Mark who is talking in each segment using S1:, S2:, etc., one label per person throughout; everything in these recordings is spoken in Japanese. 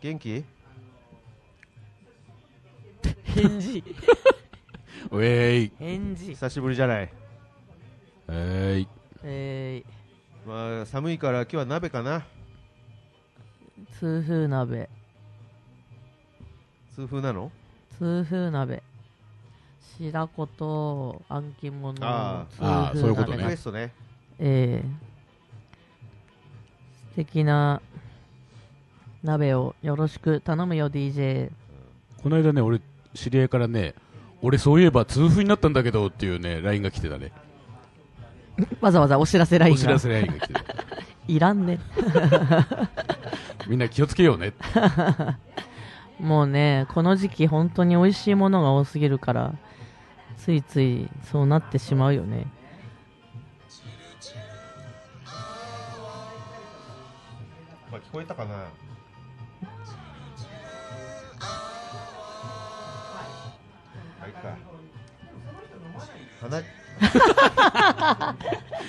S1: 元気
S2: 返事
S3: ウェイ
S2: 返事
S1: 久しぶりじゃない。
S3: えい
S2: え
S1: まあ、寒いから今日は鍋かな。
S2: ー、痛風鍋
S1: 痛風なの
S2: 痛風鍋白子とあん肝の
S1: あ
S2: 痛風
S3: ーあーそういうことね
S1: リクエストね。
S2: えー、素敵な鍋をよろしく頼むよ DJ
S3: この間ね俺知り合いからね俺そういえば痛風になったんだけどっていうね LINE が来てたね
S2: わざわざお知らせライン
S3: お
S2: が
S3: 知らせ LINE が来てた
S2: いらんね
S3: みんな気をつけようね
S2: もうねこの時期本当に美味しいものが多すぎるからついついそうなってしまうよね
S1: まあ、聞こえたかな。はいか。鼻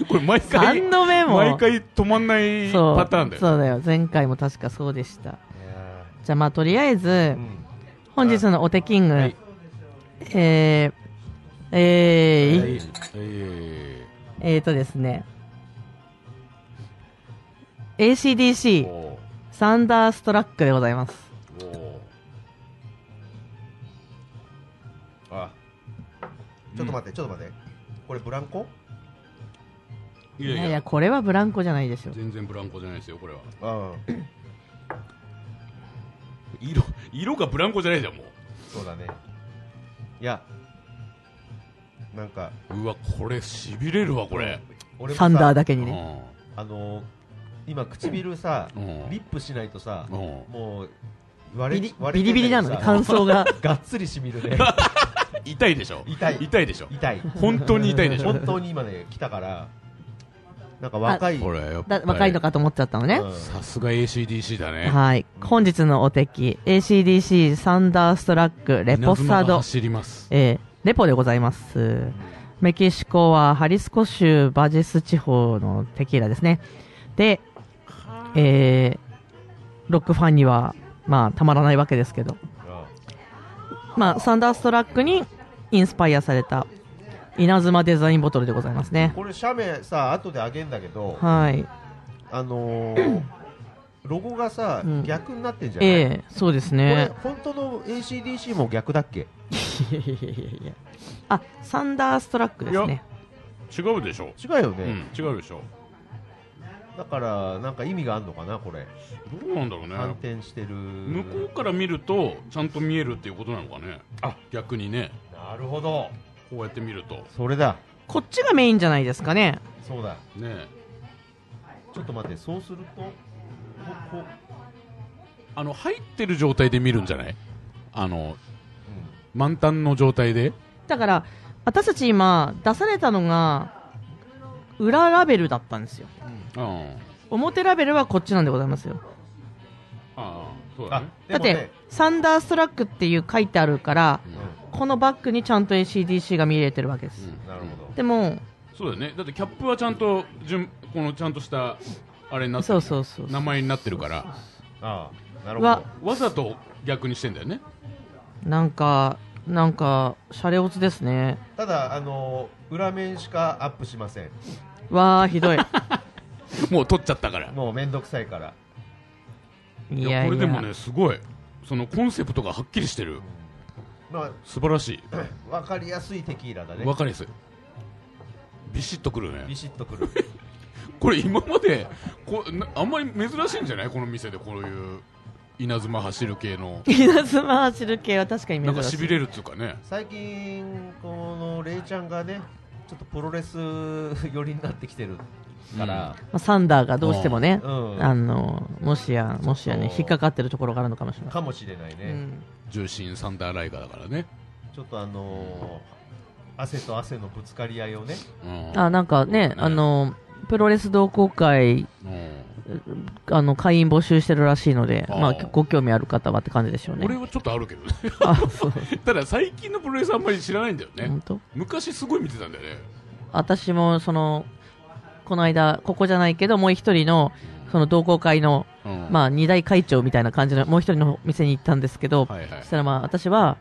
S3: これ毎回
S2: 3度目も
S3: 毎回止まんない
S2: そう
S3: パターンだよ
S2: そうだよ前回も確かそうでした
S1: いや
S2: じゃあまあとりあえず
S1: ーうん。
S2: 本日のお手キング、
S3: はい
S2: えー、えー
S3: はいえ
S2: えーとですね
S3: い
S2: ACDC
S3: お
S2: サンダーストラックでございます
S3: ーお
S1: あちょっと待って、ちょっと待って。これブランコ
S3: ー
S2: い
S3: い
S2: や
S3: や
S2: い
S3: い
S2: や
S3: や
S2: これはブランコじゃないでしょ
S3: 全然ブランコじゃないですよこれは
S1: ああ、
S3: 色色がブランコじゃないじゃんも
S1: そうだね。いや、なんか、
S3: ううわこれしびれるわこれ
S1: 俺も
S2: サンダー
S1: さ、
S2: だけ
S3: う
S2: に
S3: ん
S2: ね
S1: あのー、今唇さ、
S3: うん
S1: リップしないとさ、
S3: うん
S1: もう、割れ
S2: ビリ
S1: 割れ
S2: ビ
S1: て
S2: リビリ
S1: んだ
S2: な
S1: け
S2: の
S1: ど
S2: ね
S1: さ
S2: 感想が
S1: がっつりしみ るね。
S3: 痛いでしょ
S1: 痛い
S3: 痛いでしょ
S1: 痛い。
S3: 本当に痛いでしょ
S1: 本当に今ね、来たから、なんか若い、
S3: これやっ
S2: だ
S3: ぱり
S2: 若いのかと思っちゃったのね
S1: う、ん
S3: さすが ACDC だね
S2: はい本日のお敵 ACDC サンダーストラックレポ
S3: 稲妻
S2: サ
S3: が
S2: ド
S3: 走ります
S2: えーレポでございます。メキシコはハリスコ州バジス地方のテキーラですね。で、えーロックファンには、まあ、たまらないわけですけど、まあ、サンダーストラックにインスパイアされた稲妻デザインボトルでございますね。
S1: これ写メさ後であげんだけど、
S2: はい。
S1: あの ー、ロゴがさ、
S2: うん
S1: 逆になってんじゃない、
S2: ええそうですね
S1: こ。れ本当の ACDC も逆だっけ
S2: いやいやいやいやあ、サンダーストラックですね。
S3: 違うでしょ
S1: 違うよ
S3: う
S1: ね、
S3: ん違うでしょ
S1: だからなんか意味があるのかなこれ
S3: どうなんだろう
S1: 反
S3: ね
S1: 転してる
S3: 向こうから見るとちゃんと見えるっていうことなのかねあ逆にね
S1: なるほど
S3: こうやって見ると
S1: それだ
S2: こっちがメインじゃないですかね。
S1: そうだ
S3: ね
S1: ちょっと待ってそうするとここ、うん、
S3: あの入ってる状態で見るんじゃないあの満タンの状態で
S2: だから私たち今出されたのが裏ラベルだったんですよ
S3: うんあ
S2: 表ラベルはこっちなんでございますよ
S3: あそうだ
S1: あ
S3: ね
S1: で
S2: だっ
S1: も
S2: て、
S1: ね
S2: サンダーストラックっていう書いてあるから
S3: うん
S2: このバッグにちゃんと ACDC が見入れてるわけです、
S1: うんなるほど
S2: でも
S3: そうだよねだってキャップはちゃんと順このちゃんとしたあれになって
S2: そう
S3: る
S2: そうそう
S3: 名前になってるから
S1: ああなるほ
S2: う
S1: ど
S2: わ
S3: わざと逆にしてんだよね
S2: なんかなんかシャレオツですね
S1: ただあのー裏面しかアップしません
S2: わあひどい
S3: もう取っちゃったから
S1: もうめんどくさいから
S2: い
S3: い
S2: やいや
S3: やこれでもねすごいそのコンセプトがはっきりしてる
S1: ま
S3: 素晴らし
S1: あ わかりやすいテキーラだ
S3: い
S1: ね
S3: わかりやすいビシッとくる
S1: ビ
S3: ね
S1: シッとくる
S3: これ今までこうなあんまり珍しいんじゃないこの店でこういう稲妻走る系の
S2: 稲妻走る系は確かに
S3: なんか
S2: 珍し
S3: し
S2: い
S3: びれるっていうかね
S1: 最近このレイちゃんがねちょっとプロレス 寄りになってきてるから、
S2: まあサンダーがどうしてもね、
S1: うん
S2: あのもしやもしやね
S1: そう
S2: 引っかかってるところがあるのかもしれない
S1: かもしれないね、
S2: うん
S3: 重心サンダーライガーだからね、
S1: ちょっとあのー汗と汗のぶつかり合いをね
S3: うん
S2: あなんかね、あのプロレス同好会
S3: うん
S2: あの会員募集してるらしいので
S3: あー
S2: まあ、ご興味ある方はって感じでしょうね
S3: 俺はちょっとあるけどね
S2: あそう
S3: ただ最近のプロレスあんまり知らないんだよね、
S2: 本当
S3: 昔すごい見てたんだよね
S2: 私もそのこの間ここじゃないけどもう一人のその同好会の
S3: ううん
S2: まあ、二大会長みたいな感じのもう一人の店に行ったんですけど、
S3: はいはい
S2: そしたらまあ私は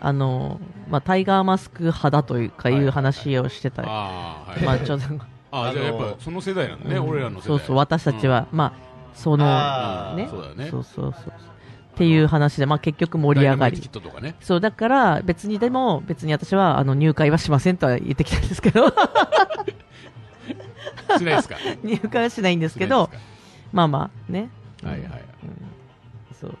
S2: あの、まあ、タイガーマスク派だというか
S3: はいいはいうはい
S2: 話をしてた、
S3: あー、
S2: ま
S3: はい
S2: あ、ちょっと、
S3: あーじゃあ
S1: あ
S3: や
S1: の
S3: っぱその世代なんだね、
S2: うん
S3: 俺らの世代
S2: そうそう私たちは、まあそ
S1: あ
S2: の
S1: ー
S2: ね
S3: そうだよね
S2: そうそうそうっていう話で、まあ、結局盛り上が
S3: ダイナマイトキ
S2: り
S3: ットとかね
S2: そうだから別にでも別に私はあの入会はしませんとは言ってきたんですけど
S3: しないですか
S2: 入会はしないんですけ
S3: し
S2: ど
S3: ないで
S2: まあまあね
S3: すかはいはい
S2: そう、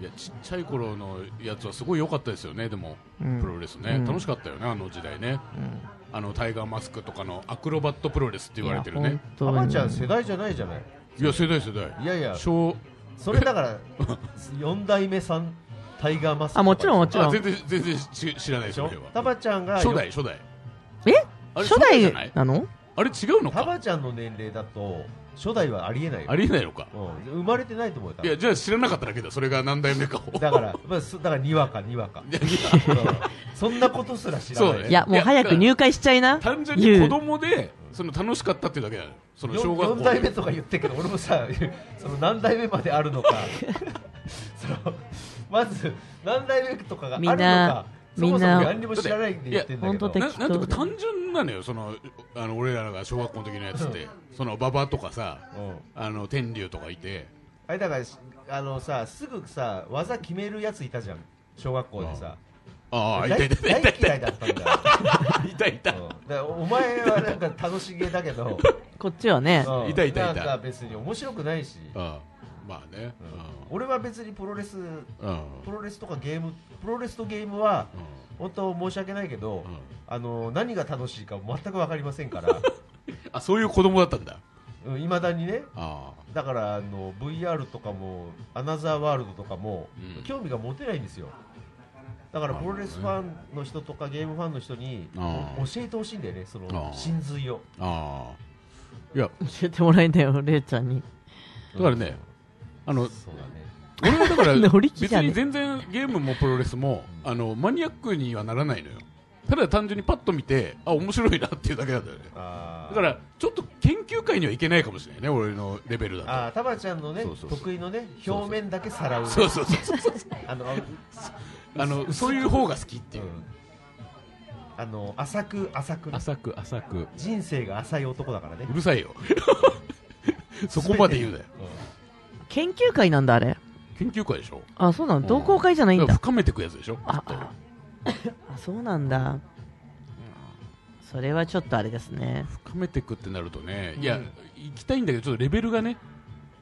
S3: いやちっちゃい頃のやつはすごい良かったですよねでも
S2: うん
S3: プロレスね、
S2: うん
S3: 楽しかったよねあの時代ね
S2: うん
S3: あのタイガーマスクとかのアクロバットプロレスって言われてる
S2: いや
S3: ね
S2: 本当に
S1: 浜ちゃん世代じゃないじゃない
S3: いや世代世代
S1: いやいや
S3: 小
S1: それだから4代目さんタイガーマスクとか
S2: あもちろんもちろん
S3: あ全然全然知知らない
S1: です
S3: で
S1: し
S3: よ
S1: ょ
S3: 俺は
S1: タバちゃんが
S3: 初代初代
S2: え
S3: あれ
S2: 初
S3: じゃ
S2: 代
S3: ない
S2: なの
S3: あれ違うの
S1: タ
S3: か
S1: バちゃんの年齢だと初代はありえないよ
S3: ありえないのか
S1: うん、生まれてないと思うよ多
S3: い
S1: 分
S3: やじゃあ知らなかっただけだそれが何代目かを
S1: だから、まあ、そだからにわかにわか
S3: いやいや
S1: うんそんなことすら知ら
S3: そう
S1: ない
S3: ね
S2: いやもう早く入会しちゃいな
S3: 単純
S2: 言
S3: に
S2: う
S3: 子供でその楽しかったっていうだけだよその小学校
S1: 4代目とか言ってるけど俺もさ その何代目まであるのか そのまず何代目とかがあるのか
S2: みんな
S1: そもそ
S2: みん
S1: も
S2: な
S1: 何にも知らないって言ってんだけ
S2: いや
S1: ど
S2: 本当
S3: ななんと
S2: 適当
S3: か単純なのよそのあの俺らが小学校の時のやつってその馬場とかさ
S1: うん
S3: あの天竜とかいて
S1: あれだからあのさすぐさ技決めるやついたじゃん小学校でさ
S3: ああいた
S1: 大
S3: いたいたいた
S1: 大
S3: い
S1: 嫌いだったんだ よ、
S3: たいたいた
S1: うん、だからお前はなんか楽しげだけ ど、
S2: こっちはね
S1: うん
S3: いたいたいた
S1: なんか別に面白くないし、
S3: ああまあね
S1: うん俺は別にプロレス
S3: うんうん
S1: プロレスとかゲームプロレスとゲームは本当申し訳ないけど、
S3: うん
S1: あの何が楽しいか全く分かりません から
S3: あそういう子供だったんだ
S1: いまだにね
S3: あ
S1: だからあの VR とかもアナザーワールドとかも、
S3: うん
S1: 興味が持てないんですよだからプロレスファンの人とかゲームファンの人に
S3: あ
S1: お教えてほしいんだよねその
S3: あ
S1: 真髄を
S3: あああいや
S2: 教えてもらえないよレイちゃんに
S3: だからねあの
S1: そうだね
S3: 俺は だから
S2: 乗り
S3: 別
S2: 気じゃね
S3: に全然ゲームもプロレスもあのマニアックにはならないのよただ単純にパッと見てあ面白いなっていうだけなんだよね
S1: あ
S3: だ
S1: ー
S3: からちょっと研究会にはいけないかもしれないね俺のレベルだ
S1: あータバちゃんのね
S3: そうそうそう
S1: 得意のね表面だけさらう
S3: とそうそうそうそう
S1: あの、うん
S3: あの そういう方が好きっていう、
S1: あの浅く浅く
S3: 浅く浅く
S1: 人生が浅い男だからね
S3: うるさ いよそこまで言うなよ
S2: 研究会なんだあれ
S3: 研究会でしょ
S2: あそうな
S3: うん
S2: の同好会じゃないん
S3: だから
S2: だ
S3: 深めてくやつでしょ
S2: あああそうなんだそれはちょっとあれですね
S3: 深めてくってなるとね、
S1: うん
S3: いや行きたいんだけどちょっとレベルがね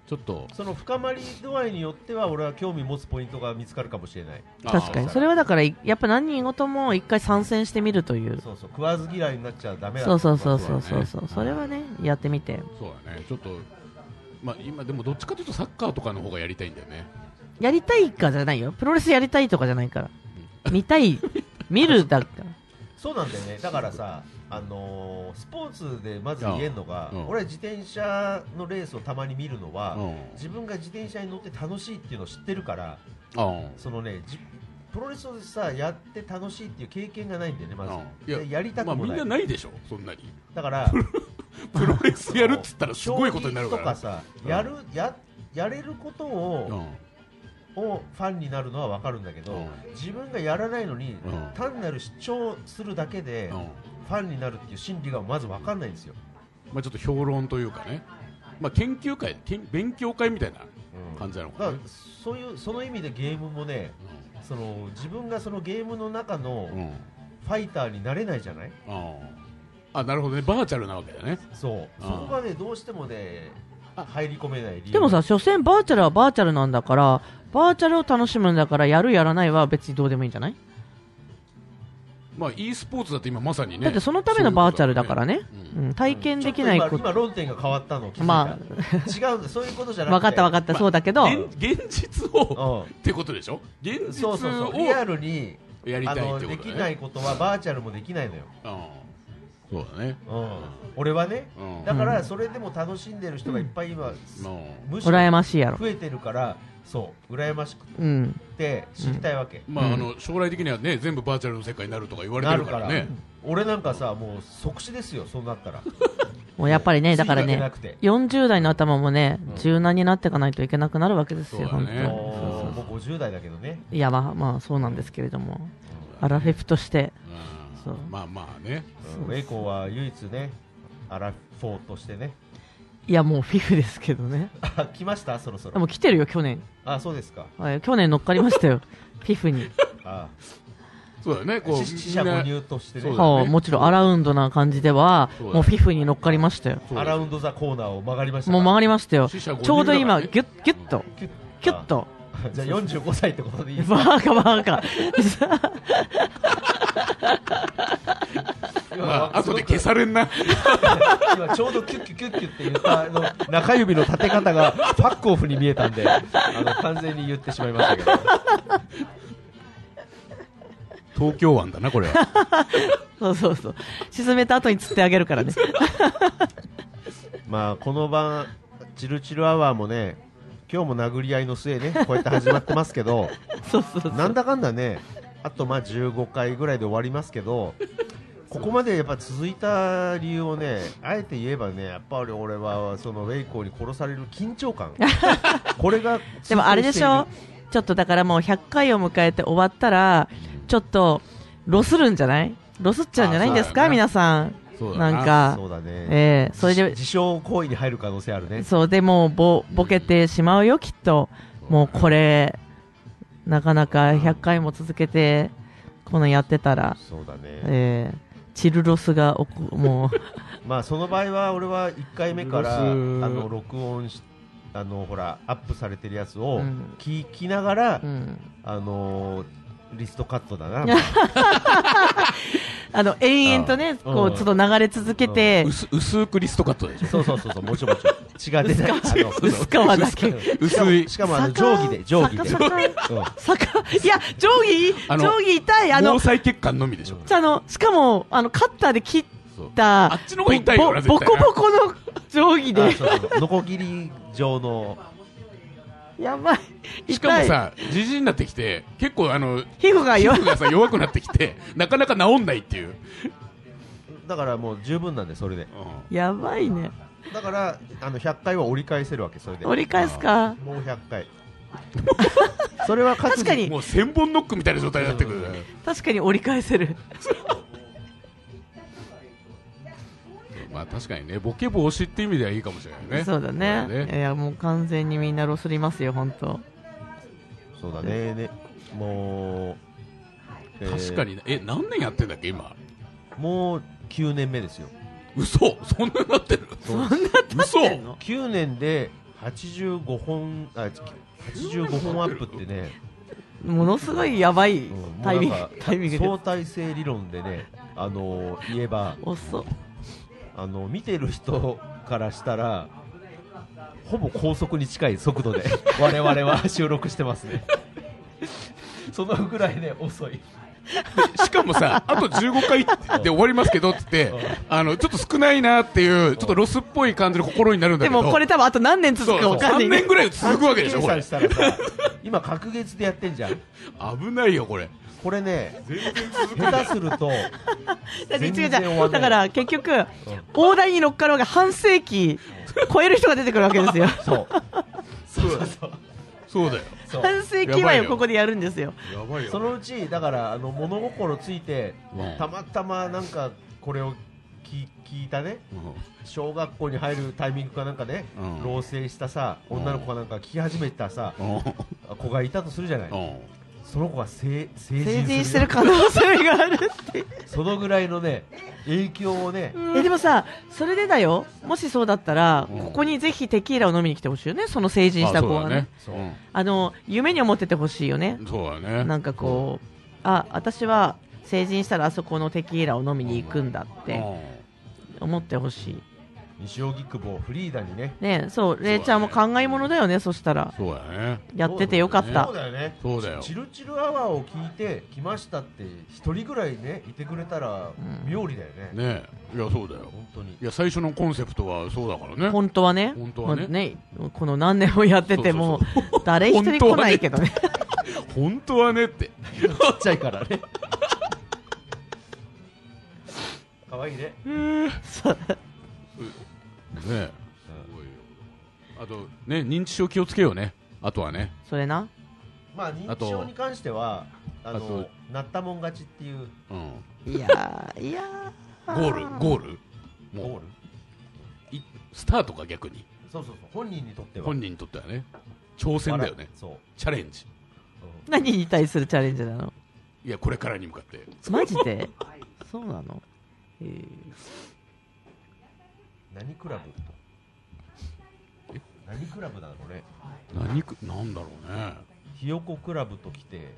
S3: ちょっと
S1: その深まり度合いによっては俺は興味持つポイントが見つかるかもしれない
S2: 確かにそれはだからやっぱ何人事も一回参戦してみるという
S1: そうそう食わず嫌いになっちゃダメだ
S2: そうそうそうそう
S3: そ
S2: そう
S3: だ
S2: う
S3: ね
S2: そうそれはねやってみて
S3: そうだねちょっとまあ今でもどっちかというとサッカーとかの方がやりたいんだよね
S2: やりたいかじゃないよプロレスやりたいとかじゃないから見たい見るだから
S1: そうなんだよねだからさあのースポーツでまず言えるのが、
S3: うんうん
S1: 俺は自転車のレースをたまに見るのは、
S3: うん
S1: 自分が自転車に乗って楽しいっていうのを知ってるから
S3: あ
S1: そのねじプロレスをさやって楽しいっていう経験がないんだよねまず、
S3: うんいや
S1: でやり
S3: あ
S1: た
S3: まあ
S1: くも
S3: みん
S1: ない、
S3: なないでしょそんなに
S1: だから
S3: プロレスやるっつったらすごいことになるか
S1: 将棋
S3: ら
S1: とかさ、
S3: うん
S1: やるややれることを、
S3: うん
S1: をファンになるのはわかるんだけど、
S3: うん
S1: 自分がやらないのに、
S3: うん
S1: 単なる主張するだけで、
S3: うん
S1: ファンになるっていう心理がまずわかんないんですよ、
S3: まあ、ちょっと評論というかね、まあ、研究会けん勉強会みたいな
S1: うん
S3: 感じなのか
S1: だ
S3: な、
S1: からそういうその意味でゲームもねその自分がそのゲームの中の
S3: うんうん
S1: ファイターになれないじゃない
S3: ああなるほどねバーチャルなわけだね
S1: そう
S3: あ
S1: そこがねどうしてもね入り込めない理由
S2: でもさ所詮バーチャルはバーチャルなんだからバーチャルを楽しむんだからやるやらないは別にどうでもいいんじゃない
S3: まあ e スポーツだって今まさにね
S2: だってそのためのバーチャルだからね
S3: そういうこと
S2: う
S3: だね
S2: ん、体験できない
S1: ちょ
S2: こ
S1: っ今今
S2: と
S1: 論点が変わったの気づいた、違
S2: ま
S1: うんだそういうことじゃ
S2: あ
S1: なくて
S2: 分かった分か
S1: っ
S2: った、そうだけど
S3: うん現現実を
S1: うん
S3: ってことでしょ現実
S1: そうそうそう
S3: を
S1: リアルに
S3: やりた
S1: あ
S3: いっ
S1: の
S3: て
S1: で
S3: こ
S1: き
S3: と
S1: な
S3: だね
S1: いことはバーチャルもできないのよ、
S3: うんそうだね
S1: うん、俺はね
S3: うん
S1: だからそれでも楽しんでる人がいっぱい今、
S3: うん
S1: むしろ
S2: 羨ましいやろ
S1: 増えてるからそう羨ましく
S2: うん
S1: て知りたいわけ、
S3: まあ、あの将来的にはね全部バーチャルの世界になるとか言われて
S1: な
S3: る
S1: る
S3: か
S1: からら
S3: ね
S1: 俺なんかさもう即死ですよそうなったら
S2: もうやっぱりね、だから
S1: 次が
S2: ね
S1: 出なくて、
S2: 40代の頭もね
S1: う、ん
S2: 柔軟になっていかないといけなくなるわけですよ、
S3: そう
S2: 本
S3: だ
S2: 当
S3: ね
S2: に
S3: そうそうそう
S1: もう50代だけどね
S2: いや、まあ、まあ、そうなんですけれども、アラフェフとして、
S3: うん
S2: そう
S3: まあまあね
S1: うんエイコは唯一ねアラフォーとしてね
S2: いや、もうフィフですけどね。
S1: あ来ましたそろそ
S2: でも
S1: ろ
S2: 来てるよ、去年。
S1: あそうですか
S2: はい去年乗っかりま したよ、フィフに。
S1: あ
S3: そうだねこう
S1: し死者
S3: みん
S1: 母
S3: な
S1: 乳として
S3: そう
S1: ね
S3: だね
S2: はあもちろんアラウンドな感じでは、
S3: そうだね
S2: もうフィフに乗っかりましたよ。
S3: そう
S1: アラウンドザコーナーを曲がりました
S2: もう曲がりましたよ。
S3: 死
S2: ち
S3: 者五人
S2: ょうど今、
S3: だからね
S2: ギュッ、ギュッと、
S1: キュッ
S2: ギュッと。
S1: あじゃあ45歳ってことでいいですか
S2: バーカバーカ。
S3: まあ後で消されんな
S1: 今ちょうどキュッキュッキュッキュッって言ったあの中指の立て方がファックオフに見えたんであの完全に言ってしまいましたけど
S3: 東京湾だなこれは
S2: そうそうそう。沈めた後に釣ってあげる からね。
S1: まあこの晩チルチルアワーもね今日も殴り合いの末ねこうやって始まってますけど
S2: そうそうそう。
S1: なんだかんだねあとまあ15回ぐらいで終わりますけどここまでやっぱ続いた理由をねあえて言えばねやっぱり俺はそのウェイコーに殺される緊張 感これが
S2: でもあれでしょ
S1: 続いている
S2: ちょっとだからもう100回を迎えて終わったら、ちょっと、ロスるんじゃないロスっちゃうんじゃないんです
S3: あ
S2: か、
S3: そうだね
S2: 皆さん。
S3: そう
S2: な
S3: だなん
S2: か
S1: そう、だね
S2: ええそれで
S1: 自傷行為に入る可能性あるね
S2: そうでもうぼボケてしまうよ、きっと、もうこれ、なかなか100回も続けて、このやってたら、
S1: そうだね
S2: えーチルロスが起こも
S1: まあその場合は俺は1回目からあ
S3: ロス
S1: の録音しあのほらアップされてるやつを
S2: うん
S1: 聞きながら、
S2: う、うん、
S1: あのーリストカットだな
S2: あの延々とね、
S1: あー
S2: こ
S1: う
S2: うんちょっと流れ続けて、
S3: 薄薄くリストカットでしょ
S1: そうそうそうそうもちろんもちろん血が出 ないあの
S2: 薄川だけ。
S3: 薄い
S1: しかもあの定規で定規で
S2: 逆
S1: うん
S2: 坂 いや、定規、
S3: あ
S2: 定
S3: の
S2: 規痛い、あ
S3: 毛
S2: の、
S3: 細血管のみでしょ
S2: じゃああの、しかも、あの、カッターで切っ
S3: そう
S2: た、
S3: あっちの方が痛いよな
S2: ぼぼ
S3: 絶対な
S2: ボコボコの 定規
S1: あ
S2: で、
S1: そうそうそうノコギリ状の
S2: やばい、痛い。
S3: しかもさじじいになってきて結構あの
S2: 皮膚が
S3: 皮
S2: 弱い
S3: 膚がさ弱くなってきて なかなか治んないっていう、
S1: だからもう十分なんでそれで
S2: やばいね。
S1: だからあの100回は折り返せるわけそれで
S2: 折り返すか。
S1: もう100回それは各自
S2: 確かに
S3: もう千本ノックみたいな状態になってくるね
S2: 確かに折り返せる。
S3: まあ確かにねボケ防止って意味ではいいかもしれないね
S2: そうだね。
S3: そうだ
S2: いや、もう完全にみんなロスりますよ、本当。
S1: そうだねねもう、えー
S3: 確かにねえ何年やってんだっけ今
S1: もう9年目ですよ
S3: 嘘そんなになってる
S1: そう
S3: 嘘
S2: 立ってんの
S1: 9年で85本あ85本アップってね、
S2: ものすごいやばい
S1: うんもう
S2: タイミング
S1: なんか、
S2: タイミングで
S1: 相対性理論でねあの言えば
S2: 遅っ
S1: あの見てる人からしたらほぼ高速に近い速度で我々は収録してますねそのぐらいね遅い
S3: しかもさ、あと15回で終わりますけどって言って
S1: うん、
S3: あの、ちょっと少ないなっていう、ちょっとロスっぽい感じの心になるんだ
S2: で
S3: けど。
S2: もこれ多分あと何年続
S3: そう
S2: くか
S3: そう
S2: 分かんない
S3: 3年ぐらい続くわけでしょ、こ
S1: 計算
S3: れ。
S1: したらさ今隔月でやってんじゃん
S3: 危ないよ、これ。
S1: これね
S3: 全然続く。
S1: 下手すると
S2: だって違
S1: 全
S2: う
S1: 然終わ
S2: 違うん
S1: ない
S2: だから結局大台に乗っかろうが半世紀超える人が出てくるわけですよ
S1: そう
S3: そうだよ。そうだよ。
S1: そう
S2: 半世紀前をここでやるんですよ
S3: やばいよ。
S1: そのうちだからあの物心ついて
S3: うん
S1: たまたまなんかこれを聞聞いたね
S3: う
S1: 小学校に入るタイミングかなんかね、
S3: うん
S1: 老成したさ女の子がなんか聞き始めたさ、
S3: んうん
S1: 子がいたとするじゃない、
S3: うん
S1: その子が成成人する
S2: 成人してる可能性があるって
S1: そのぐらいのね影響をね、
S2: えでもさそれでだよもしそうだったら、
S3: うん
S2: ここにぜひテキーラを飲みに来てほしいよねその成人し
S3: あ
S2: た
S3: そ
S2: 子
S3: う
S2: は
S3: だ
S2: ね
S3: ね。
S2: あの夢に思っててほしいよね
S3: うんそうだね。
S2: なんかこうあ私は成人したらあそこのテキーラを飲みに行くんだっ
S3: う
S2: て
S3: ん
S2: 思ってほしい
S1: 西荻窪フリーダにね
S2: ねそうレイちゃんも考え物だよねそしたら
S3: そうだね。
S2: やっててよかっ
S1: そ
S2: た
S1: うだよね
S3: そうだよ。
S1: チルチルアワーを聞いて来ましたって一人ぐらいねいてくれたら
S2: うん
S1: 妙理だよね、
S3: ねいや、そうだよ。
S1: 本当に
S3: いや、最初のコンセプトはそうだから ね。
S2: 本当はね
S3: 本当はね
S2: もうこの何年もやってても
S3: そうそうそう
S2: 誰一人来ないけどね
S3: 本当はねって。
S1: ちっちゃいからね 可愛いね
S2: そう
S3: ねえすごいよあとね認知症気をつけようねあとはね
S2: それな
S1: まあ認知症に関してはあ
S3: あ
S1: の
S3: と
S1: なったもん勝ちっていう
S3: うん
S2: いやーいや
S3: ゴ
S2: ー
S3: ールゴール
S1: ゴ
S3: も
S1: ール
S3: ういスタートか逆に
S1: そうそうそう本人にとっては
S3: 本人にとってはね挑戦だよね
S1: そう、
S3: チャレンジ
S1: うん
S2: 何に対するチャレンジなの
S3: いやこれからに向かって
S2: マジ でそうなの、えー
S1: 何クラブ
S3: え
S1: 何クラブなのね
S3: 何くなんだろうね
S1: ひよこクラブときて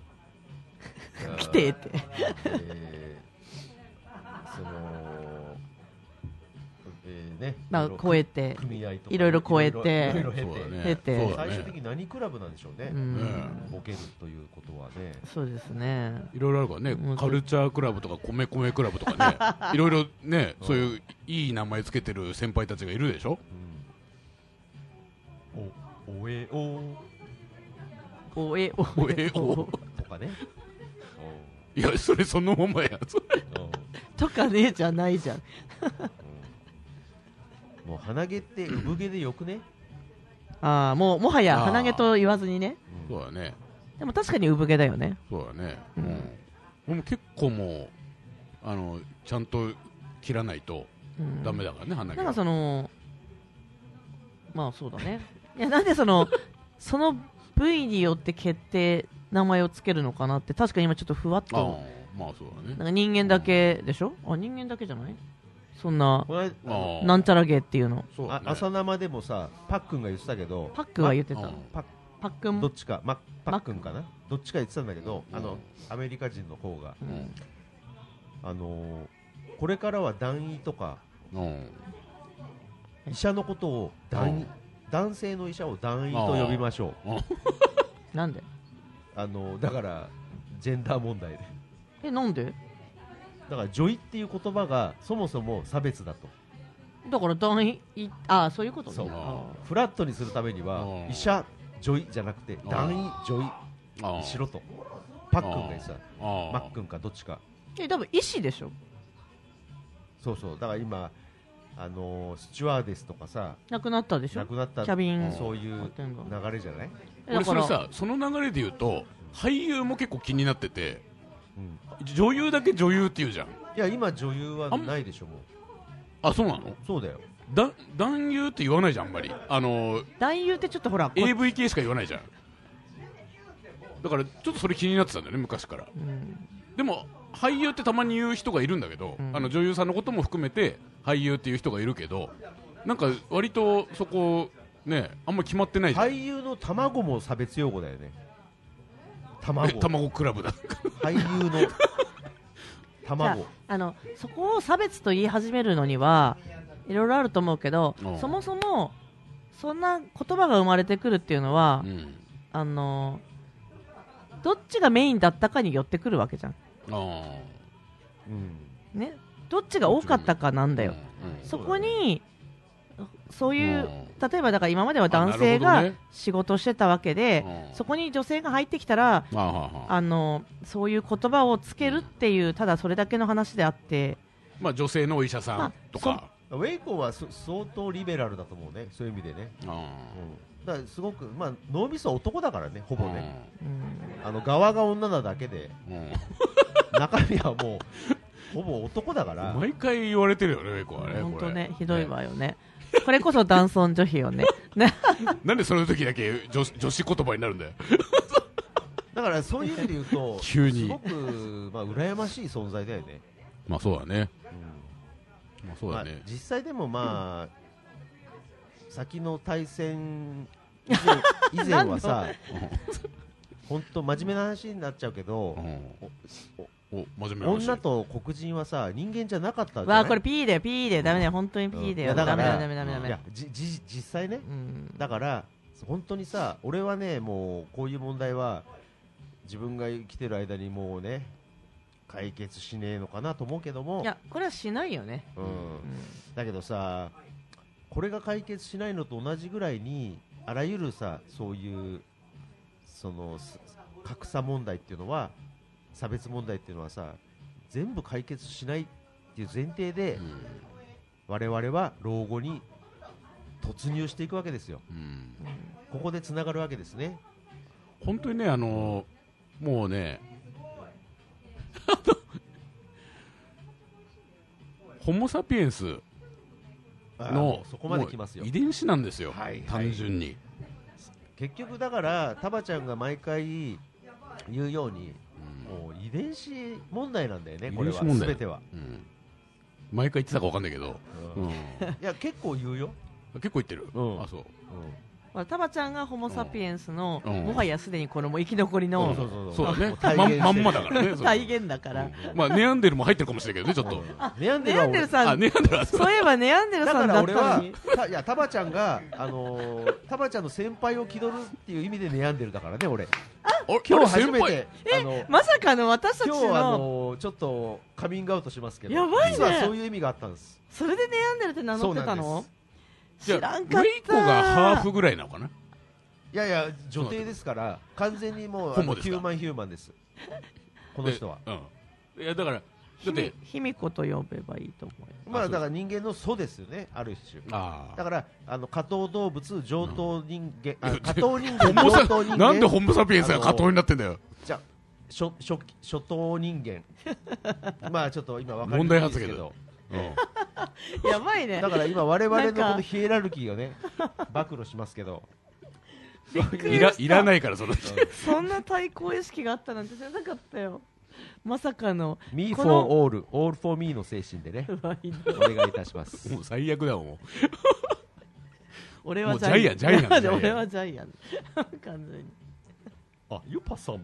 S2: 来てって
S1: えーその、えーね、
S2: まあ超えて
S1: 組合とか
S2: いろいろ超えて
S1: いろいろ経
S3: そ
S1: て
S3: うだね
S2: 経て
S3: そうだ
S1: 最終的
S3: ね
S1: に何クラブなんでしょうね、
S2: うん
S1: ボケるということはね、
S2: そうですね
S3: いろいろあるから
S2: う
S3: ね
S2: ん
S3: カルチャークラブとか米米クラブ とかねいろいろねそういういい名前つけてる先輩たちがいるでしょ
S1: うん、おおえお
S2: おえお
S3: おえお
S1: とかね、
S3: いやそれそのま まやそれ
S1: おうん
S2: とかねじゃないじゃん
S1: もう鼻毛って産毛でよくね、
S2: ああもうもはや
S3: あー
S2: 鼻毛と言わずにね
S1: う
S3: そうだね
S2: でも確かに産毛だよね
S3: そうだね
S2: う
S3: うんん俺も結構もうあのちゃんと切らないと
S2: うん
S3: ダメだからね鼻毛
S2: なん
S3: は
S2: かそのまあそうだね いやなんでそのその部位によって決定名前をつけるのかなって確かに今ちょっとふわっ
S3: あ
S2: と
S3: あまあそうだね
S2: なんか人間だけでしょあ人間だけじゃないそんな
S1: この間あの
S3: ああ
S2: なんちゃら芸っていうの
S3: そうだ
S1: あ
S3: ね
S1: 朝生でもさパックンが言ってたけど
S2: パックは言ってた
S3: うん
S1: パッ
S2: パックン
S1: どっちか、ま、パックンかなどっちか言ってたんだけど、
S3: うん
S1: あのアメリカ人の方が、
S2: うん
S1: あのーこれからは男医とか
S3: うん
S1: 医者のことを男医
S3: うん
S1: 男性の医者を男医と呼びましょう
S2: なんで
S1: あのーだからジェンダー問題で
S2: えなんで
S1: だから女医っていう言葉がそもそも差別だと
S2: だから団員いああそういうことね
S1: そう
S2: あ
S1: フラットにするためには
S3: うん
S1: 医者女医じゃなくて
S3: ん
S1: 男医女
S3: あ
S1: 医
S3: あ
S1: にしろとパックンが言ってた
S3: ああ
S1: マックンかどっちか
S2: ーえ多分医師でしょ
S1: そうそうだから今あのースチュワーデスとかさ
S2: 亡くなったでしょ
S1: 亡くなった
S2: キャビン
S1: そういう
S2: アテンダント
S1: 流れじゃない、
S2: え
S3: 俺
S2: だか
S3: そ
S2: ら
S3: れさその流れで言うと俳優も結構気になってて
S1: うん
S3: 女優だけ女優って言うじゃん
S1: いや今女優は
S3: あん
S1: ないでしょもう
S3: あそうなの
S1: そうだよ
S3: だ男優って言わないじゃんあんまりあの
S2: 男優ってちょっとほらこ
S3: AV 系しか言わないじゃんだからちょっとそれ気になってたんだよね昔から
S2: うん
S3: でも俳優ってたまに言う人がいるんだけど、
S2: うん
S3: あの女優さんのことも含めて俳優っていう人がいるけどなんか割とそこねあんま決まってないじゃん、
S1: 俳優の卵も差別用語だよね
S3: え
S1: 卵
S3: 卵クラブだ
S1: 俳優の
S2: じゃあ
S1: 卵
S2: あのそこを差別と言い始めるのにはいろいろあると思うけど
S3: うん
S2: そもそもそんな言葉が生まれてくるっていうのは、
S3: うん
S2: あのどっちがメインだったかによってくるわけじゃん
S3: あー
S1: うん
S2: ねどっちが多かったかなんだよ、
S3: うんうん
S2: そこにそういう、
S3: う
S2: 例えばだから今までは男性
S3: あなる
S2: が
S3: ほどね
S2: 仕事をしてたわけで、
S3: うん
S2: そこに女性が入ってきたら
S3: あーはーはー
S2: あのそういう言葉をつけるっていうただそれだけの話であって
S3: まあ、女性のお医者さんとか、
S1: ウェイコーはそ相当リベラルだと思うねそういう意味でね、
S3: うん
S1: うん、だからすごくまあ脳みそは男だからねほぼね、
S2: うん
S1: あの側が女なだけで
S3: うんうん
S1: 中身はもうほぼ男だから
S3: 毎回言われてるよね、これ、
S2: 本
S3: こ
S2: 当
S3: れ
S2: ねひどいわよねこれこそ男尊女卑よねね
S3: なんでその時だけ女子女子言葉になるんだよ、
S1: だからそういう意味で言うと
S3: 急
S1: す
S3: に
S1: ごく、まあ、羨ましい存在だよね、
S3: まあそうだね、
S1: うん
S3: まあ、そうだ
S1: まあ、、
S3: ね
S1: 実際でもまあ、先の対戦以前以前はさ本当真面目な話になっちゃうけど、
S3: うん、お真面目な話
S1: 女と黒人はさ人間じゃなかったんじゃない
S2: わあこれ P だよ P だよダメだよ本当に P だ
S1: い
S2: よ
S1: やだ
S2: ダ
S1: か
S2: メだ
S1: ら
S2: よダメだよダメ
S1: い
S2: だよ
S1: やじじ実際ね
S2: うん
S1: だから本当にさ俺はねもうこういう問題は自分が生きてる間にもうね解決しねえのかなと思うけども
S2: いやこれはしないよね
S1: うん
S2: うん
S1: だけどさこれが解決しないのと同じぐらいにあらゆるさそういうそのす格差問題っていうのは差別問題っていうのはさ全部解決しないっていう前提で
S3: うん
S1: 我々は老後に突入していくわけですよ
S3: うん
S1: ここでつながるわけですね
S3: 本当にね、あのもうね、 あのホモ・サピエンス
S1: あーも
S3: の
S1: うそこまで来ますよ
S3: もう遺伝子なんですよ、
S1: はいはい
S3: 単純に。
S1: 結局だからタバちゃんが毎回言うように
S3: うん
S1: もう遺伝子問題なんだよねこれ
S3: 遺
S1: は
S3: 伝子問題
S1: 全ては、
S3: うん毎回言ってたか分かんないけど、
S1: うん
S3: う
S1: い
S3: ん
S1: や結構言うよ、
S3: 結構言ってる、
S1: うん
S3: あそう
S1: うん
S2: まあ、タバちゃんがホモ・サピエンスの、
S3: うん
S2: もはやすでにこれも生き残り
S1: そ
S2: の
S1: うそうそう
S3: そうだね
S1: もう体現してる
S3: まんまだからね、そ れ
S2: 体現だから、
S3: うんまあ、ネアンデルも入ってるかもしれないけどね、ちょっと。
S1: ネアンデル
S2: ネア
S1: は
S2: ンデル
S1: 俺
S2: さ
S3: あ、
S2: ん、
S3: ネアンデルは
S2: そういえばネアンデル
S1: だ
S2: さ
S1: か
S2: んだ
S1: ら
S2: っ
S1: 俺
S2: た
S1: は
S2: のに、
S1: たいや、タバちゃんが、あのー、タバちゃんの先輩を気取るっていう意味で悩んでるだからね、俺。
S3: あ
S1: 今日
S3: あれ
S1: 初めて、あの、
S2: まさかの私たち
S1: 今日あ
S2: の、
S1: のー、ちょっとカミングアウトしますけど、
S2: やばいね
S1: 実はそういう意味があったんです。
S2: それでネアンデルって名乗ってた
S1: そうなん
S2: の
S1: です
S2: 知
S3: 先輩
S2: らん
S3: じ
S2: かっ
S3: ゃあレイコ
S2: た。
S3: がハーフぐらいなのかない
S1: やいや、女帝ですから、完全にもう、あ
S3: ホモ
S1: の
S3: です
S1: ヒ
S3: か
S1: ューマンヒューマンです。この人は。
S3: でうんいやだからだ
S2: ひ
S3: っ
S2: み
S3: て
S2: ひみこと呼べばいいと思うよ。
S1: ま
S3: あ
S1: あ、
S3: そう
S1: だから人間の祖ですよね、ある種。
S3: あ
S1: だから、あの、下等動物、上等人 間、あ
S3: いや
S1: 下等人間、
S3: ホモ
S1: 上
S3: サ
S1: 等人間。
S3: なんでホモ・サピエンスが加藤になってんだよ
S1: じゃあ初初初等人間 まあちょっと今分かりに
S3: 問
S1: く
S3: 題
S1: いで
S3: 発
S1: すけ
S3: 言だ
S1: ど
S3: ようん
S2: やばいね
S1: だ。から今我々のこ
S2: なん
S1: の
S2: か
S1: ヒエラルキーをね暴露しますけ ど
S2: びっくり
S3: い
S2: した
S3: らいらないからその人
S2: そんな対抗意識があったなんて知らなかったよ。まさかの。
S1: 「Me
S2: こ
S1: for
S2: の
S1: all all for me」の精神でね
S2: うわいいな
S1: お願いいたし ます
S3: もう最悪だもん
S2: 俺はジャイアン。
S3: もうジャイアンジャイアンジャイアン
S2: 俺はジャイアン。完全に。
S1: あユパ様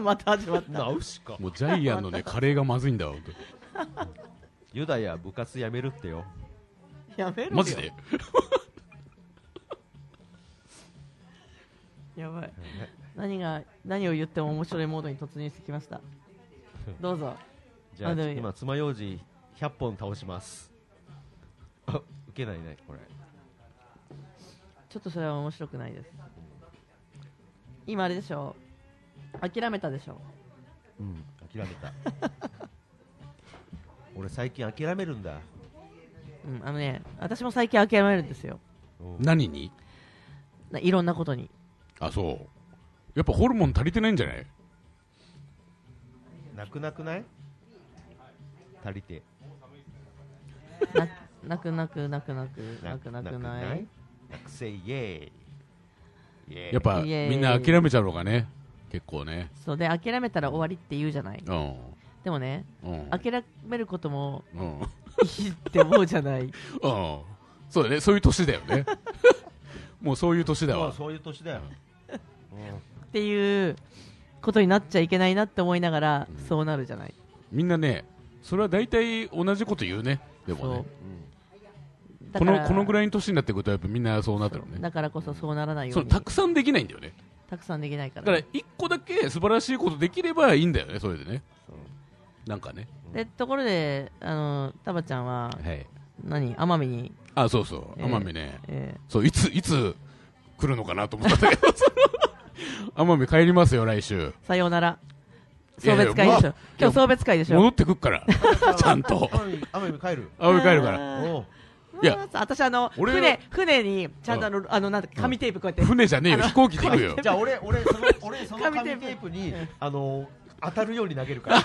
S2: また始まった。
S1: ウシカ
S3: もうジャイアンのねカレーがまずいんだわ本
S1: ユダヤ部活やめるってよ
S2: やめろよ。
S3: 当マジで
S2: やばい。何が、何を言っても面白いモードに突入してきました。どうぞ。
S1: じゃあ
S2: あでも
S1: 今爪楊枝100本倒しますあ受けないねこれ
S2: ちょっとそれは面白くないです。今あれでしょ諦めたでしょ
S1: うん諦めた俺最近諦めるんだ
S2: うん、あのね、私も最近諦めるんですよ。
S1: うん
S3: 何に
S2: ないろんなことに。
S3: あそうやっぱホルモン足りてないんじゃない
S1: なくなくない足りて
S2: ななくなくなくなくなくなくない
S1: なくせイエーイイエーイ
S3: やっぱ
S2: イエーイ
S3: みんな諦めちゃうのがね結構ね
S2: そうで諦めたら終わりって言うじゃない
S3: うん
S2: でもね
S3: うん
S2: 諦めることも
S3: うん
S2: いいって思うじゃない
S3: うんそうだねそういう年だよ ねもうそういう年だ
S1: もう
S3: わ
S1: そういう年だよ、うん
S2: っていうことになっちゃいけないなって思いながら
S3: うん
S2: そうなるじゃない
S3: みんなねそれは大体同じこと言うねでもね
S2: そうだ
S3: こ
S2: から
S3: のこのぐらいの年になってくるとやっぱみんなそうなってるね
S2: だからこそそうならないよ
S3: そうの
S2: に
S3: たくさんできないんだよね
S2: たくさんできないか
S3: だ
S2: ら
S3: から一個だけ素晴らしいことできればいいんだよねそれでね
S1: そう
S3: なんかね
S2: でところであのタバちゃんは
S3: はい
S2: 何奄美に、
S3: あそうそう
S2: えー
S3: 奄美ね
S2: え
S3: そういついつ来るのかなと思ったん だけどその奄美帰りますよ来週
S2: ーさようなら
S3: いや
S2: 送
S3: いや
S2: 別会でし
S3: ま
S2: ょ
S3: あ
S2: 今日送別会でし
S3: 戻
S2: ょ
S3: ってくっから ちゃんと
S1: 奄美奄美帰る
S3: 奄美帰るから
S2: あー
S1: おう
S3: いや
S2: まあ私あの
S3: 俺は
S2: 船船にちゃんとあのあのなんだっけ紙テープこうやって
S3: 船じゃねえよ飛行機で行くよ
S1: じゃあ俺俺その俺その紙
S2: 紙
S1: テ
S2: テープ
S1: ープにあの当たるように投げるから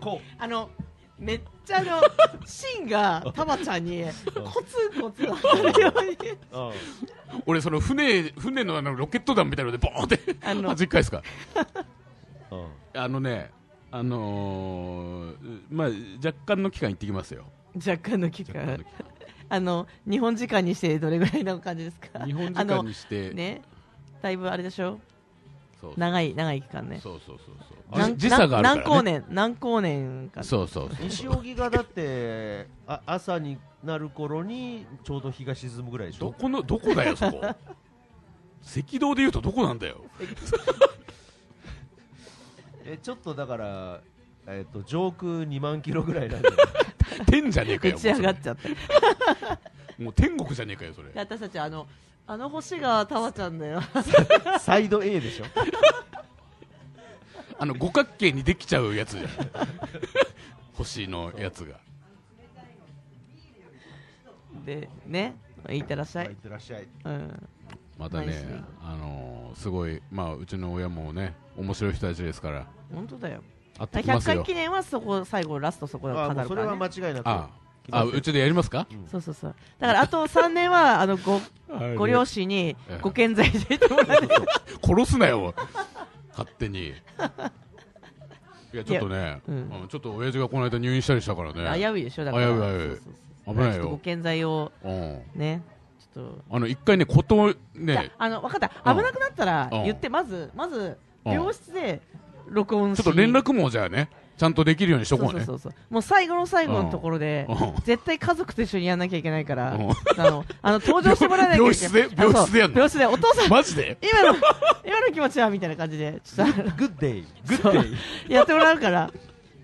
S1: こう
S2: あのめっちゃあ の芯がタマちゃんにコツンコツン当たるように
S1: うん
S3: 俺その船船のあのロケット弾みたいのでボーンって
S2: あの
S3: 弾き返すから
S1: うん
S3: あのね、あのーまあ、若干の期間行ってきますよ、
S2: 若干の期
S3: 若干の
S2: 間
S3: 期
S2: あの日本時間にしてどれぐらいの感じですか
S3: 間日本時
S2: あ
S3: 間
S2: の
S3: にして、
S2: ねだいぶあれでしょ
S3: そうそう
S2: 長い長い期間ね
S3: そうそうそうそう
S2: なん
S3: 時時差があるから、
S2: 何
S3: ね、
S2: 光年何光年か
S3: そうそうそう
S1: 西荻がだってあ朝になる頃にちょうど日が沈むぐらいでし
S3: ど
S1: ょ
S3: このどこだよ、そこ、赤道でいうとどこなんだよ、
S1: えちょっとだから、えっと上空2万キロぐらいなん だよ
S3: 天じゃねえか
S2: 打
S3: よ、もう
S2: ち
S3: それ
S2: 上がっちゃってで
S3: もう天国じゃねえかよ、それ、
S2: 私たちあのあの星がタマちゃんだ よ
S1: サイド A でしょ
S3: あの五角形に できちゃうやつじゃん、星のやつが、
S2: で、ね、いってらっしゃ
S1: いっ
S2: い。
S1: てらっしゃい。
S2: うん。
S3: また
S2: ナイス
S3: ね
S2: ね、
S3: あのーすごい、まあ、うちの親もね、面白い人たちですから、
S2: 本当だよ。
S3: 会ってきま
S2: 100
S3: す
S2: 回
S3: よ
S2: 記。念はそこ、最後、ラストそこで
S1: あ
S2: 飾
S1: もうそ
S2: るか
S1: れは
S2: ら、
S1: 間
S2: ね。
S1: 違いなく。
S3: あ
S1: 決ま
S3: あ、
S1: ってる
S3: うちでやりますか
S2: そうそうそう。だから、あと3年は、あの、ご、ご両親にご健在でいてもらって。
S3: 殺すな よ、勝手に。いや、ちょっとね、
S2: うん
S3: あのちょっと親父がこの間入院したりしたから
S2: 危
S3: ね、
S2: ういでしょ、だから。
S3: 危うい危うい
S2: そうそうそう
S3: 危な
S2: ちょ
S3: い
S2: っとご
S3: よ。
S2: 健在を、
S3: うん
S2: ね、ちょっと。
S3: あの、一回ね、こと、
S2: じゃ
S3: ね、
S2: あ、あの、分かった。
S3: うん
S2: 危なくなったら、
S3: うん
S2: 言って、まず、まず、
S3: うん
S2: 病室で録音
S3: ちょ
S2: し
S3: っと連絡網じゃあね、ちゃんとできるようにし
S2: そ
S3: と
S2: うそ
S3: こう
S2: う
S3: ね。
S2: そうそう。もう最後の最後のところで、
S3: うん
S2: 絶対家族と一緒にやんなきゃいけないから、
S3: うん
S2: あの、あの、登場してもらえないゃいけない
S3: 病室で病室でやんの
S2: あそう病室で、お父さん、
S3: マジで
S2: 今の、今の気持ちはみたいな感じで、ちょっとあの
S1: グッデイ、グッデイ。
S2: やってもらうから。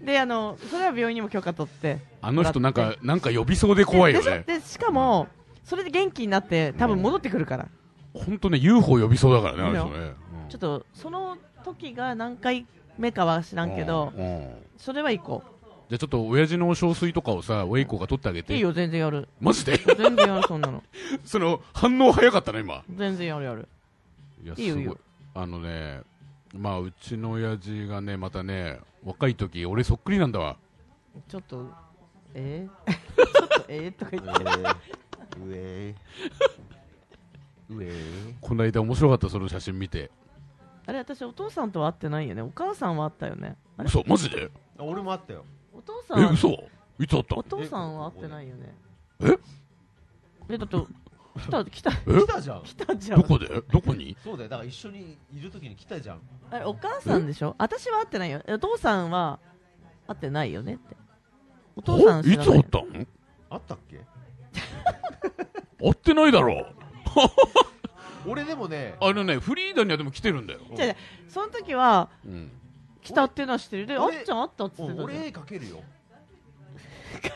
S2: で、あの、それは病院にも許可取って。
S3: あの人なんか、なんか呼びそうで怖いよ
S2: でしょ
S3: ね。
S2: で、しかも、それで元気になって、多分戻ってくるから。
S3: 本当ね、UFO 呼びそうだからね、あの人ね。うん
S2: ちょっと、その時が何回目かは知らんけど、
S3: うんうん
S2: それは行こ
S3: じゃあちょっと親父の憔悴とかをさ、ウェイコーが取ってあげ
S2: う。
S3: て。
S2: いいよ、全然やる。
S3: マジで
S2: 全然やる、そんなの。
S3: その、反応早かったね、今。
S2: 全然やるやる。
S3: いや、
S2: いいよいい
S3: すご
S2: よ
S3: い。あのね、まあ、うちの親父がね、またね、若い時、俺そっくりなんだわ。
S2: ちょっと、え ー、ちょっと、えー、とか言って。
S1: う えーうえーうえー
S3: この間面白かった、その写真見て。
S2: あれ、私、お父さんとは会ってないよね。お母さんは会ったよね。あれ
S3: 嘘、マジで
S1: あ俺もあったよ。
S2: お父さん
S3: え、
S2: は、
S3: 嘘いつだった
S2: お父さんは会ってないよね。
S3: え
S2: え、だって、来た、来た、
S3: え
S1: 来たじゃん。
S2: 来たじゃ
S3: ど
S2: ん。
S3: こでどこに
S1: そうだよ。だから一緒にいるときに来たじゃん。
S2: あれ、お母さんでしょ私は会ってないよ。えお父さんは会ってないよねって。お父さん
S3: あ
S2: 知
S3: い
S2: ら
S3: つ
S2: ない
S3: 会
S2: よ
S3: ったん
S1: あったっけ
S3: 会ってないだろう。
S1: 俺でもね、
S3: あのね、フリーダにはでも来てるんだよ。
S2: じゃあじゃあその時は、
S3: うん。
S2: 来たっていうのは知ってる。で、あっ
S1: 俺
S2: ちゃんあったって言ってたじゃん
S1: 俺絵描けるよ。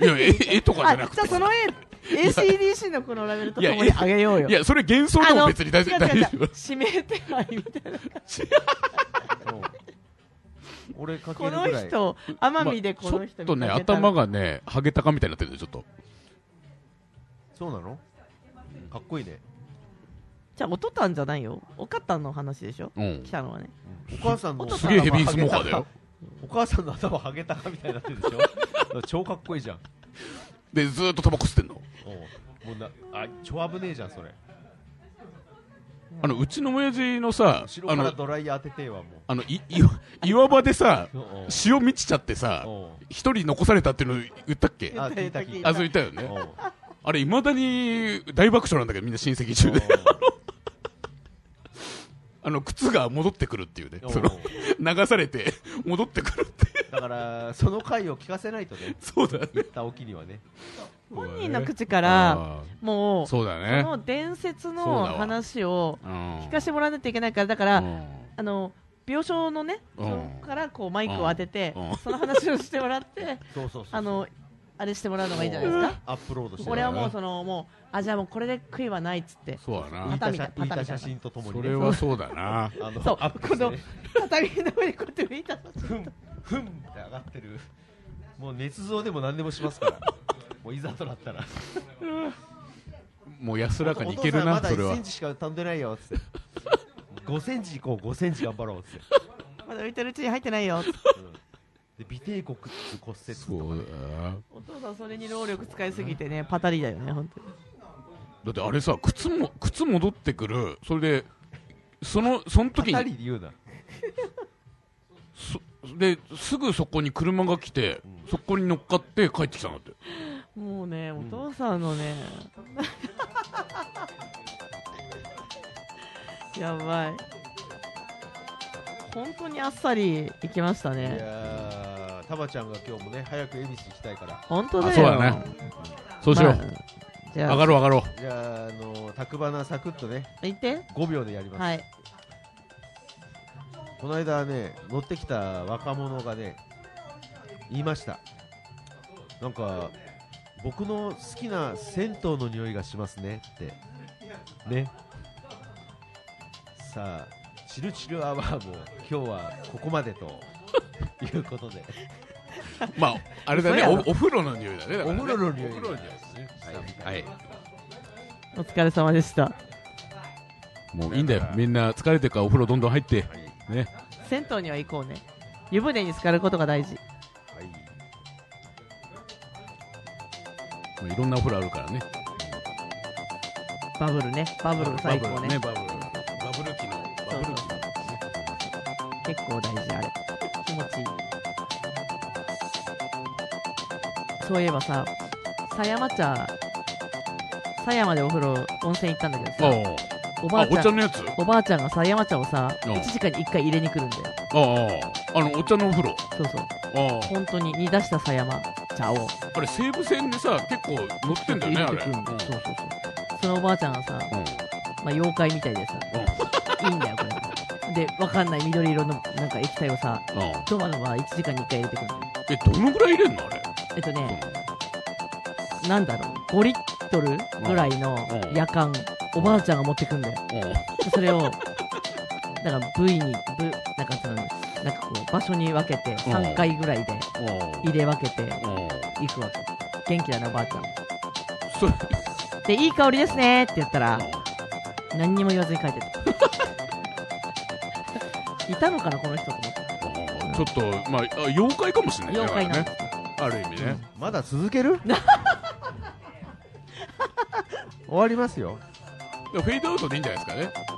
S3: い や、絵絵とかじゃ
S2: あ、
S3: なく
S2: じゃ
S3: て
S2: あ。その絵、ACDC のこのラベルととも
S3: い
S2: に
S3: や
S2: あげようよ。
S3: いや、それ幻想でも別に大丈
S2: あの
S3: 夫。
S2: 違う違う
S3: 大 丈夫
S2: 違う指名手配みたいな。
S1: うん 俺描け
S2: こ
S1: る
S2: の
S1: ぐらい。
S2: 人、奄美でこの人見かけ
S3: ち
S2: た
S3: ょっとね、頭がね、ハゲタカみたいになってるんだよ、ちょっと。
S1: そうなのかっこいいね。
S2: じゃあ、おとたんじゃないよ。おかたんの話でしょ
S3: うん
S2: 来。たのはね。
S1: お母さんの
S2: お父
S3: す
S2: さん
S3: げえ
S2: は
S3: ヘビースモーカーだよ。。
S1: お母さんの頭ハゲタカみたいになってる でしょ超かっこいいじゃん。
S3: で、ずーっとタバコ吸ってんの。
S1: うんもうな、あ、超危ねえじゃん、それ。
S3: あの、うちの親父のさ、
S1: 後ろ
S3: あ
S1: から
S3: の、
S1: ドライヤー当ててえわ、も
S3: あの、い、 岩岩場でさ
S1: う、うん。
S3: 塩満ちちゃってさ、
S1: うん
S3: 一人残されたっていうの言ったっけ
S1: あ聞いた聞い
S3: あ、そう言ったよね。 あれ、未だに大爆笑なんだけど、みんな親戚中で。あの、靴が戻ってくるっていうね
S1: う。ん
S3: その、流されて、戻ってくるって。
S1: だから、その回を聞かせないとね、
S3: そうだね。
S1: 行った沖にはね。
S2: 本人の口から、
S3: あ
S2: も
S3: ー
S2: う、
S3: そうだ
S2: そ
S3: ね。
S2: の伝説
S3: そうだ
S2: の
S3: わ
S2: 話を
S3: 聞
S2: 聞かせてもらわないといけないから、だか
S3: う
S2: ら、
S3: ん
S2: あの、病床のね、
S3: うん
S2: そこからこうマイクを当てて
S3: うんうん、
S2: その話をしてもらって、
S1: そうそうそう。
S2: あの、あれしてもらうのがいいんじゃないですか。
S1: アップロードして
S2: 俺はもうそのもうあじゃあもうこれで悔いはないっつって
S3: そうだ
S1: 浮い
S3: な。
S1: た写浮いた写真とともに
S3: そ
S1: ね。
S3: れはそうだな。
S1: あの、
S2: そう
S1: アップして
S2: この
S1: ね
S2: 畳の上にこうやって浮いたの
S1: ふん、ふんって上がってる。もう捏造でも何でもしますから。もういざとなったら。
S3: もう安らかにい
S1: お
S3: け
S1: 父さ
S3: る
S1: んま
S3: な、
S1: だ
S3: それ
S1: 1
S3: は
S1: セン。チしか飛んでないよ、つって。5センチ行こう、5センチ頑張ろう、つって。
S2: まだ浮いてるうちに入ってないよ
S1: うんで、尾てい骨骨折と
S3: そうだな
S2: お父さんそれに労力使いすぎてねパタリだよね本当に
S3: だってあれさ、靴も、靴戻ってくる。それで、その、その時
S1: か。
S3: に、
S1: りで言うな。
S3: そで、すぐそこに車が来て、そこに乗っかって帰ってきたんだって。
S2: もうねお父さん のね、やばい本当にあっさりいきました
S1: い
S2: ね
S1: やー、タバちゃんが今日もね、早く恵比寿行きたいから。
S2: 本当だよ
S3: あそうだねそうしよ
S2: ま
S3: う。
S2: あじゃあ
S3: 上がろう上がろ
S1: じゃあ、あの、たくばなサクッとね、
S2: 行って
S1: 5秒でやります。
S2: はい
S1: この間ね、乗ってきた若者がね、言いました。なんか、僕の好きな銭湯の匂いがしますねって。ね。さあ、チルチルアワーも今日はここま でということで、
S3: う。まあ、あれだね、
S2: 嘘や
S3: お
S2: ろ
S3: お風呂の匂いだね。だからね
S1: お風呂の匂い
S3: お風呂の匂いですね。はい。はい
S2: お疲れ様でした。
S3: もういいんだよ。みんな疲れてるからお風呂どんどん入って。
S1: はい
S3: ね。
S2: 銭湯には行こうね。湯船に浸かることが大事。
S1: はい
S3: もういろんなお風呂あるからね。
S2: バブルね。バブル最高ね。
S3: バブル。バブル期の。バブル期の。
S2: 結構大事、あれ。気持ちいい。そういえばさ、狭山茶、狭山でお風呂、温泉行ったんだけどさ、
S3: あ
S2: お
S3: あ。
S2: ば
S3: あ
S2: あ、
S3: お
S2: ちゃ
S3: 茶
S2: ん、
S3: のやつあ
S2: おばあちゃんが狭山茶をさ、
S3: うん
S2: 1時間に1回入れに来るんだよ。
S3: あ。あの、お茶のお風呂。
S2: そうそう。
S3: あ
S2: 本当に煮出した狭山茶を。
S3: あ。あれ、西武線でさ、結構乗ってんだよね、あ
S2: 入れ
S3: れ。
S2: てく
S3: うん
S2: るんだよ。そうそうそう。そのおばあちゃんがさ、
S3: うん
S2: まあ、妖怪みたいでさ、いいんだよ、これ。で、わかんない緑色のなんか液体をさ、
S3: うん
S2: ドバドバ1時間に1回入れてくるんだよ。
S3: え、どのぐらい入れんのあれ。
S2: えっとね、なんだろう、5リットルぐらいの
S3: うん
S2: 夜間、おばあちゃんが持ってくんだよ。
S3: うん。うん
S2: でそれを、 なんか部位に、部、なんかその、なんかこう、場所に分けて、3回ぐらいで入れ分けて
S3: うん。
S2: いくわけ。元気だな、おばあちゃん。
S3: それ、
S2: で、いい香りですねって言ったら、
S3: う
S2: 何にも言わずに帰ってた。 いたのかな、この人と思って。
S3: んちょっと、まあ、あ妖怪かもしれないね。
S2: 妖怪なん
S3: あれ
S2: ですよ。
S3: ね。ある意味ね。
S1: まだ続け る終わりますよ。
S3: フェードアウトでいいんじゃないですかね。